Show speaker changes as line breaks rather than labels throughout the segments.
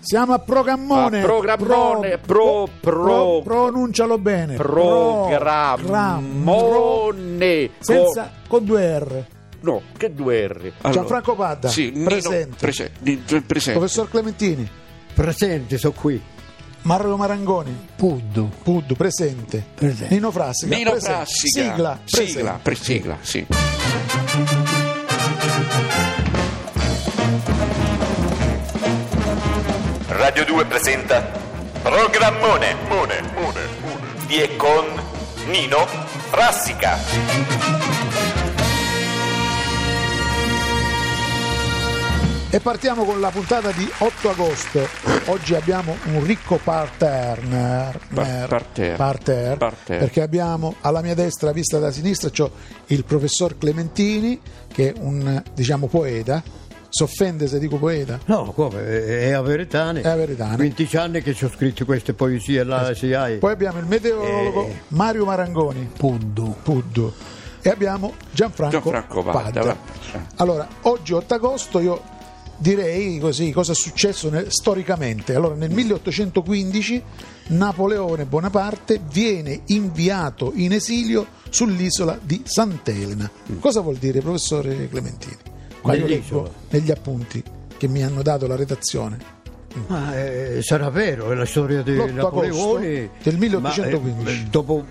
Siamo a programmone.
A programmone, pro- pro-
pronuncialo bene. Programmone.
Programmone.
Senza, con due R.
Co- no, che due R.
Allora,
Gianfranco Padda,
Sì, Nino-
presente.
prese- di- di- presente.
Professor Clementini,
Presente, sono qui.
Mario Marangoni,
Puddu.
Puddu, presente.
Presente.
Nino Frassica,
Nino
presente.
Frassica.
Sigla,
Sigla,
presente.
pre- sigla, sì.
Radio 2 presenta Programmone Mone, mone, mone. di e con Nino Frassica.
E partiamo con la puntata di 8 agosto. Oggi abbiamo un ricco partner, eh,
Par- parterre.
parterre,
Parterre.
perché abbiamo alla mia destra, vista da sinistra, c'ho il professor Clementini, che è un diciamo poeta. S'offende se dico poeta?
No, come? È a Veretane.
È a Veretane.
15 anni che ci ho scritto queste poesie
Eh
là, si hai.
Poi abbiamo il meteorologo
Eh.
Mario Marangoni.
Puddu.
Puddu. E abbiamo Gianfranco,
Gianfranco Padda,
Padda.
va.
Allora, oggi 8 agosto io direi così cosa è successo nel- storicamente. Allora, nel 1815 Napoleone Bonaparte viene inviato in esilio sull'isola di Sant'Elena. Cosa vuol dire, professore Clementini? Qua io
Nell'isola.
leggo negli appunti che mi hanno dato la redazione.
Ma eh, sarà vero, è la storia di
L'8
Napoleone.
agosto del 1815.
ma, eh, dopo,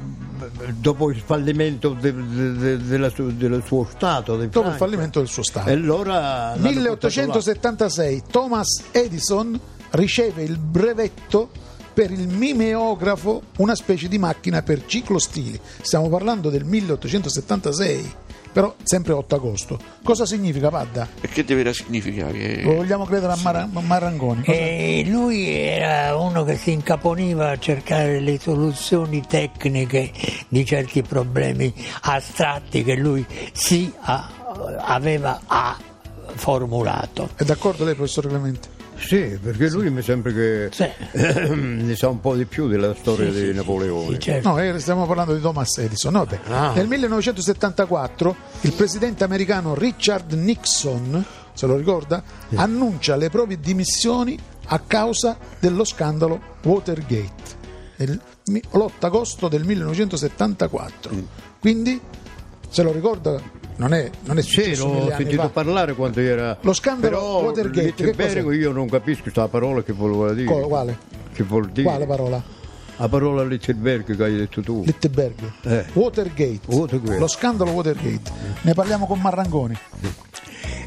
dopo il fallimento de- de- de- della su- del suo stato. di
Dopo il
Francia.
fallimento del suo Stato.
E allora... l'hanno portato
1876 Thomas Edison riceve il brevetto per il mimeografo, una specie di macchina per ciclostili. Stiamo parlando del 1876, però sempre 8 agosto. Cosa significa Padda?
E che deve significare? Eh.
Lo vogliamo credere a Mara- a Marangoni? Cosa-
Eh.
E lui era uno che si incaponiva a cercare le soluzioni tecniche di certi problemi astratti che lui si a- aveva a- formulato.
È d'accordo lei, professor Clemente?
là. Sì, perché lui mi sembra che
Sì.
ne sa un po' di più della storia di Napoleone.
Sì, certo.
No, eh, stiamo parlando di Thomas Edison. no, beh.
Ah.
Nel 1974 il presidente americano Richard Nixon, se lo ricorda, annuncia le proprie dimissioni a causa dello scandalo Watergate nel mi- l'8 agosto del 1974.
Mm.
Quindi, se lo ricorda, non è, non è
Sì,
successo
l'ho
mille anni
sentito
fa.
parlare quando era.
Lo scandalo
Però,
Watergate,
dice
che
bene,
cos'è?
io non capisco questa parola che voleva dire.
Co- quale?
Che vuol dire?
Quale parola?
La parola Littelberg che hai detto tu.
Litteberg.
Eh.
Watergate.
Watergate.
Lo scandalo Watergate. Ne parliamo con Marrangoni.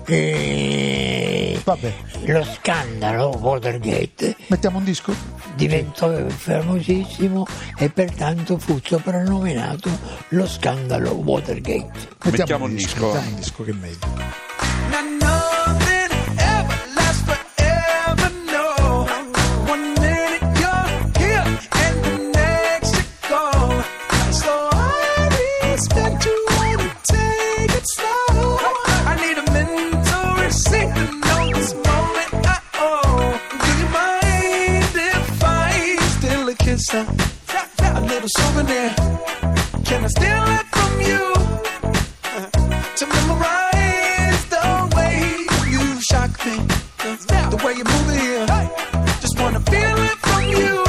E
Vabbè,
lo scandalo Watergate
mettiamo un disco?
diventò famosissimo e pertanto fu soprannominato lo scandalo Watergate.
Mettiamo un disco, va.
Mettiamo un disco che è meglio.
Now nothing ever lasts forever, no. One minute you're here and the next you're gone. So I respect you when you take it slow. I need a mental receipt to know this moment I own. Do you mind if I steal a kiss? huh? A little souvenir. Can I steal it from you? to memorize the way you shock me. The way you move it here. Just wanna feel it from you.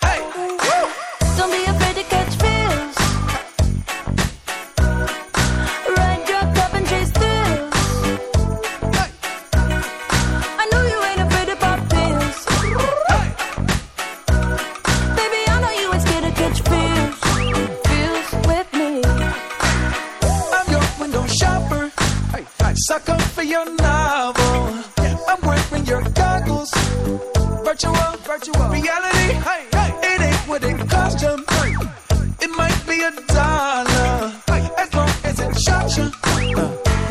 Hey, woo!
Don't be afraid to catch feels. Ride your cup and chase thrills. I know you ain't afraid of pop pills. Baby, I know you ain't scared to catch feels. Feels with me.
I'm your window shopper. Sucker for your novel. I'm wearing your goggles. Virtual, virtual reality. It ain't what it cost you. It might be a dollar. As long as it shocks you.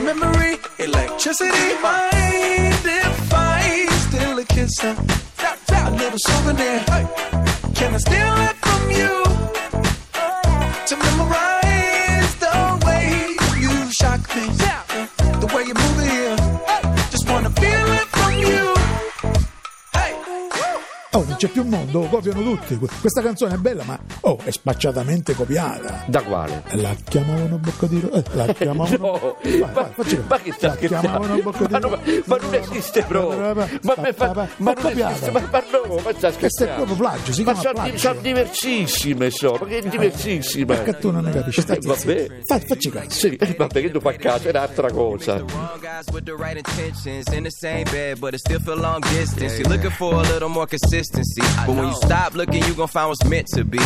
Memory, electricity, mind if I steal a kiss? A little souvenir. Can I steal it from you? to memorize the way you shock me. The way you move it here. Just wanna feel it from you. Hey.
Oh, non c'è più mondo, lo copiano tutti. Que- Questa canzone è bella, ma oh, è spacciatamente copiata.
Da quale?
La chiamavano bocca di rosa. la chiamavano.
No,
Vai,
ma,
vai, facci vedere.
ma che sta
La chiamavano
scherzando?
bocca di
Ma, no, ma-
rosa.
ma non esiste proprio. Ma,
Pa-
ma,
pa- pa-
ma-
pa-
ma non
copiata.
esiste, ma, ma no, ma sta scherzando.
Questo è proprio plagio, si
Ma
chiama
sono, di-
plagio.
sono diversissime, sono, che diversissime.
Perché tu non ne capisci? Stai
Eh, vabbè.
zitto. Fa- Facci caso.
Sì, vabbè, che tu fai caso, è un'altra cosa.
Wrong guys with the right intentions in the same bed, but it still feel long distance. You're looking for a little more consistency, but when you stop looking, you gon' find what's meant to be.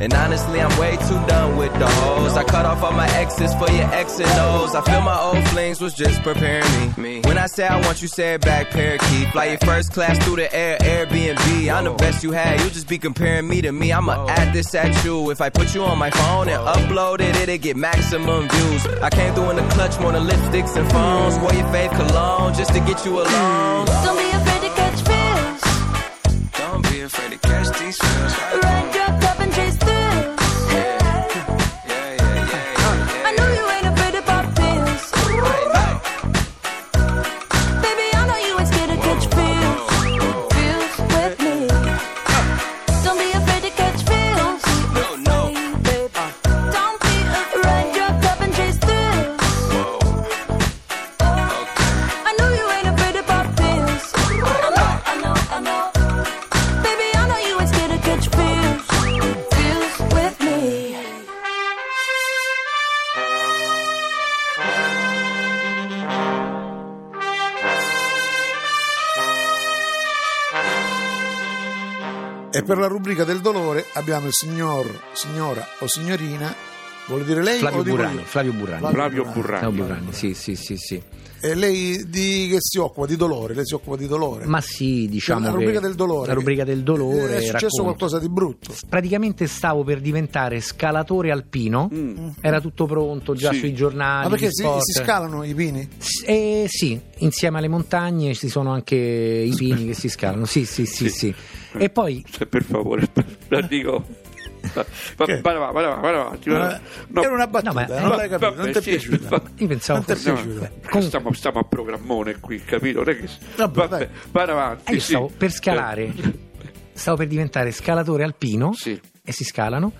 And honestly, I'm way too done with the hoes. I cut off all my exes for your X and O's. I feel my old flings was just preparing me. When I say I want you, say it back, parakeet. Fly your first class through the air, Airbnb. I'm the best you had. You just be comparing me to me. I'ma add this at you. If I put you on my phone and upload it, it'll get maximum views. I came through in the clutch, more than lipsticks and phones. Wore your fave cologne just to get you alone.
Don't be afraid to catch fish.
Don't be afraid to catch these feels.
Ride your cup and chase thrills. I know you ain't afraid to pop pills. Baby, I know you ain't scared to catch feels. Feels with me. Don't be afraid to catch feels.
No, no.
Don't be afraid. Ride your cup and chase thrills. I know you ain't afraid to pop pills. I know, I know, I know. Baby, I know you ain't scared to catch feels. Feels with me.
E per la rubrica del dolore abbiamo il signor, signora o signorina. Vuole dire lei? o
Flavio
lo dico
Burrani,
io?
Flavio Burrani.
Flavio
Flavio
Burrani.
Burrani, sì, sì, sì, sì.
E lei di che si occupa? Di dolore? Lei si occupa di dolore?
Ma sì, diciamo
la rubrica
che-
del dolore. Eh,
La rubrica del dolore.
È successo
racconta.
qualcosa di brutto.
Praticamente stavo per diventare scalatore alpino, era tutto pronto già
Sì.
sui giornali.
Ma perché
gli
si,
Ah, sport.
si scalano i pini?
S- eh, sì, insieme alle montagne ci sono anche i pini che si scalano. Sì, sì, sì, sì. E poi
Se per favore, la dico. Va- Va,
Che? Eh,
va, va, va, va, avanti, va, va. No,
Era una battuta,
No, ma- eh,
non l'hai capito,
va- vabbè,
non ti è
sì,
piaciuta.
va-
io pensavo
Non te-
fosse-
è
No,
piaciuto.
no,
Comunque-
stiamo, stiamo a programmone qui, capito? Non è che-
Vabbè,
Vabbè,
dai. Ah,
vada avanti.
eh, io
sì.
stavo per scalare, stavo per diventare scalatore alpino
Sì. Mm.
e si scalano.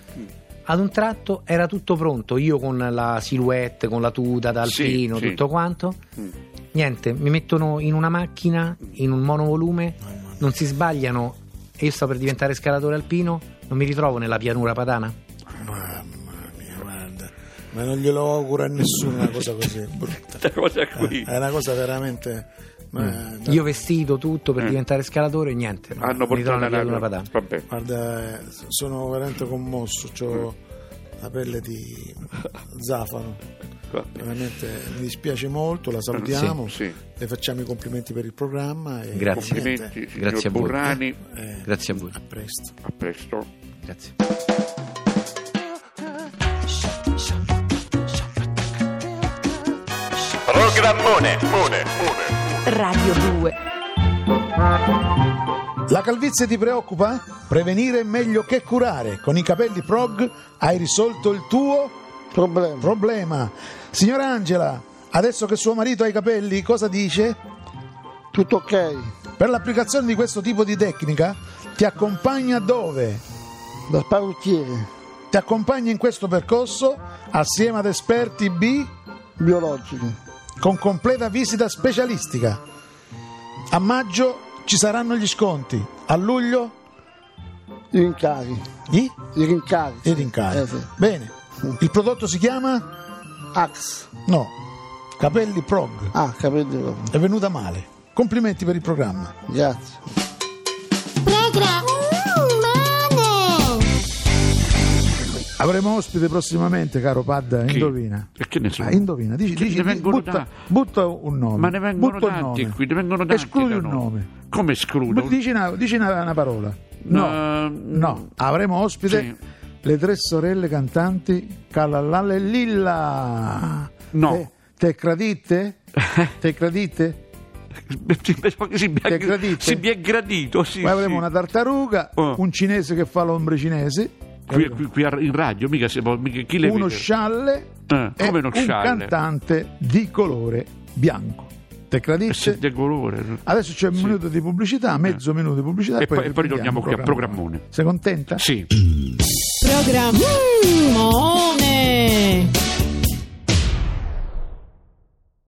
Ad un tratto era tutto pronto, io con la silhouette, con la tuta da
Sì,
alpino,
sì.
tutto quanto.
Mm.
Niente, mi mettono in una macchina, in un monovolume, non si sbagliano e io sto per diventare scalatore alpino, non mi ritrovo nella pianura padana.
Mamma mia, guarda. Ma non glielo auguro a nessuno una cosa così brutta.
Questa cosa qui.
Eh, È una cosa veramente... ma-
Mm. Io vestito tutto per diventare scalatore, niente, no,
Eh. Hanno
mi
portato
ritrovo nella pianura
alla...
padana.
Vabbè.
Guarda, eh, sono veramente commosso, ho la pelle di zafano.
Vabbè.
Veramente mi dispiace molto, la salutiamo,
Ah, Sì, sì.
le facciamo i complimenti per il programma e
Grazie.
niente,
Complimenti, signor
Grazie a voi.
Burrani.
eh,
Grazie a voi,
a presto.
A presto.
grazie.
Programmone, mone, mone.
Radio 2.
La calvizie ti preoccupa? Prevenire è meglio che curare. Con i capelli prog hai risolto il tuo problema. Signora Angela, adesso che suo marito ha i capelli, cosa dice?
Tutto ok,
Per l'applicazione di questo tipo di tecnica ti accompagna dove?
da parrucchiere,
Ti accompagna in questo percorso assieme ad esperti B
biologico.
con completa visita specialistica. A maggio ci saranno gli sconti, a luglio
I rincari,
i,
i rincari.
i rincari.
Eh sì.
Bene, il prodotto si chiama?
Ax.
No, Capelli Prog.
Ah, capito.
È venuta male. Complimenti per il programma.
Grazie.
Avremo ospite prossimamente, caro Padda,
Chi?
indovina.
E che ne so?
Ah, indovina, dici,
Che
dici-
ne vengono
butta,
da-
butta un nome.
Ma ne vengono
butta un
tanti
nome.
qui, ne vengono tanti.
Escludi
da
un
noi.
nome.
Come escludo?
Ma Dici, una, dici una- una parola.
Eh,
No, avremo ospite
Sì.
le tre sorelle cantanti Calalala e Lilla.
No.
Te, te credite? Te credite?
Sì, penso che Si mi
Ti
è
è gradito?
sì, mi è gradito, sì.
Poi avremo
sì.
una tartaruga,
Oh.
un cinese che fa l'ombre cinese,
Qui, qui- qui a- in radio, mica siamo. Mica, chi le
uno
vede?
scialle
Eh,
e
come uno
un
scialle?
cantante di colore bianco.
Eh,
Tecradicce.
Sente colore.
Adesso c'è un minuto di pubblicità, mezzo minuto di pubblicità
Eh. E poi- e poi
riprendiamo
ritorniamo qui a
il
programmone.
Sei contenta?
Sì.
Programmone.